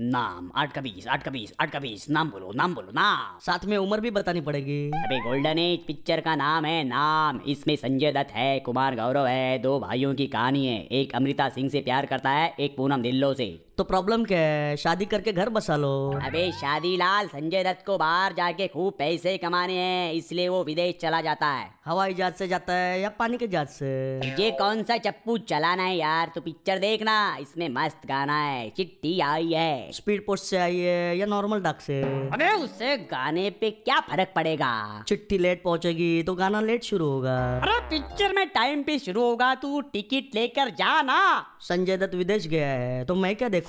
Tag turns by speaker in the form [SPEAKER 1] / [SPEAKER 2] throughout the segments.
[SPEAKER 1] नाम आठ का बीस आठ का बीस आठ का बीस नाम बोलो नाम बोलो नाम
[SPEAKER 2] साथ में उम्र भी बतानी पड़ेगी
[SPEAKER 1] अबे गोल्डन एज पिक्चर का नाम है नाम इसमें संजय दत्त है कुमार गौरव है दो भाइयों की कहानी है एक अमृता सिंह से प्यार करता है एक पूनम ढिल्लो से
[SPEAKER 2] तो प्रॉब्लम क्या है शादी करके घर बसा लो
[SPEAKER 1] अबे शादीलाल संजय दत्त को बाहर जाके खूब पैसे कमाने हैं इसलिए वो विदेश चला जाता है
[SPEAKER 2] हवाई जहाज से जाता है या पानी के जहाज से
[SPEAKER 1] ये कौन सा चप्पू चलाना है यार तू पिक्चर देखना इसमें मस्त गाना है चिट्ठी आई है
[SPEAKER 2] स्पीड पोस्ट से आई है या नॉर्मल डाक से
[SPEAKER 1] अबे उससे गाने पे क्या फर्क पड़ेगा
[SPEAKER 2] चिट्ठी लेट पहुंचेगी तो गाना लेट शुरू होगा
[SPEAKER 1] अरे पिक्चर में टाइम पे शुरू होगा तू टिकट लेकर जा ना
[SPEAKER 2] संजय दत्त विदेश गया है तो मैं क्या देखूंगा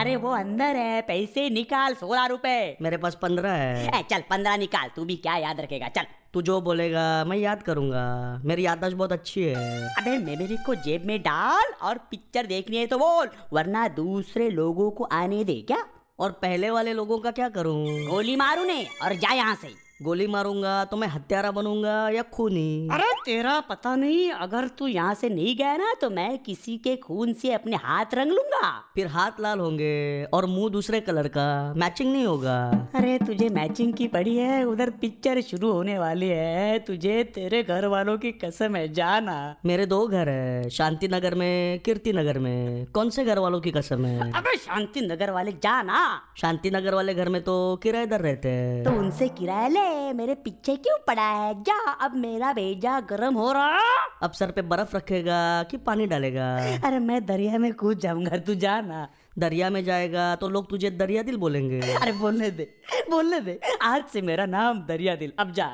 [SPEAKER 1] अरे वो अंदर है पैसे निकाल सोलह रुपए
[SPEAKER 2] मेरे पास पंद्रह है
[SPEAKER 1] ए, चल पंद्रह निकाल तू भी क्या याद रखेगा चल
[SPEAKER 2] तू जो बोलेगा मैं याद करूंगा मेरी याददाश्त बहुत अच्छी है
[SPEAKER 1] अबे मेमोरी को जेब में डाल और पिक्चर देखनी है तो बोल वरना दूसरे लोगों को आने दे क्या
[SPEAKER 2] और पहले वाले लोगों का क्या करूं
[SPEAKER 1] गोली मारू ने और जा यहाँ से
[SPEAKER 2] गोली मारूंगा तो मैं हत्यारा बनूंगा या खूनी
[SPEAKER 1] अरे तेरा पता नहीं अगर तू यहाँ से नहीं गया ना तो मैं किसी के खून से अपने हाथ रंग लूंगा
[SPEAKER 2] फिर हाथ लाल होंगे और मुंह दूसरे कलर का मैचिंग नहीं होगा
[SPEAKER 1] अरे तुझे मैचिंग की पड़ी है उधर पिक्चर शुरू होने वाली है तुझे तेरे घर वालों की कसम है जाना
[SPEAKER 2] मेरे दो घर है शांति नगर में कीर्ति नगर में कौन से घर वालों की कसम है
[SPEAKER 1] अबे शांति नगर वाले जाना
[SPEAKER 2] शांति नगर वाले घर में तो किराएदार रहते हैं
[SPEAKER 1] तो उनसे किराया ले मेरे पीछे क्यों पड़ा है जा अब मेरा भेजा गर्म हो रहा
[SPEAKER 2] अब सर पे बर्फ रखेगा कि पानी डालेगा
[SPEAKER 1] अरे मैं दरिया में कूद जाऊंगा तू जाना
[SPEAKER 2] दरिया में जाएगा तो लोग तुझे दरिया दिल बोलेंगे
[SPEAKER 1] अरे बोलने दे बोलने दे आज से मेरा नाम दरिया दिल अब जा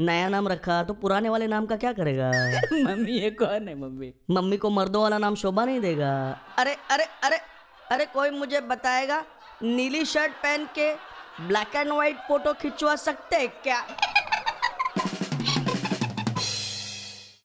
[SPEAKER 2] नया नाम रखा तो पुराने वाले नाम का क्या करेगा
[SPEAKER 1] मम्मी ये कौन है मम्मी
[SPEAKER 2] मम्मी को मर्दों वाला नाम शोभा नहीं देगा अरे अरे अरे अरे कोई मुझे बताएगा नीली शर्ट पहन के ब्लैक एंड व्हाइट फोटो खिंचवा सकते हैं क्या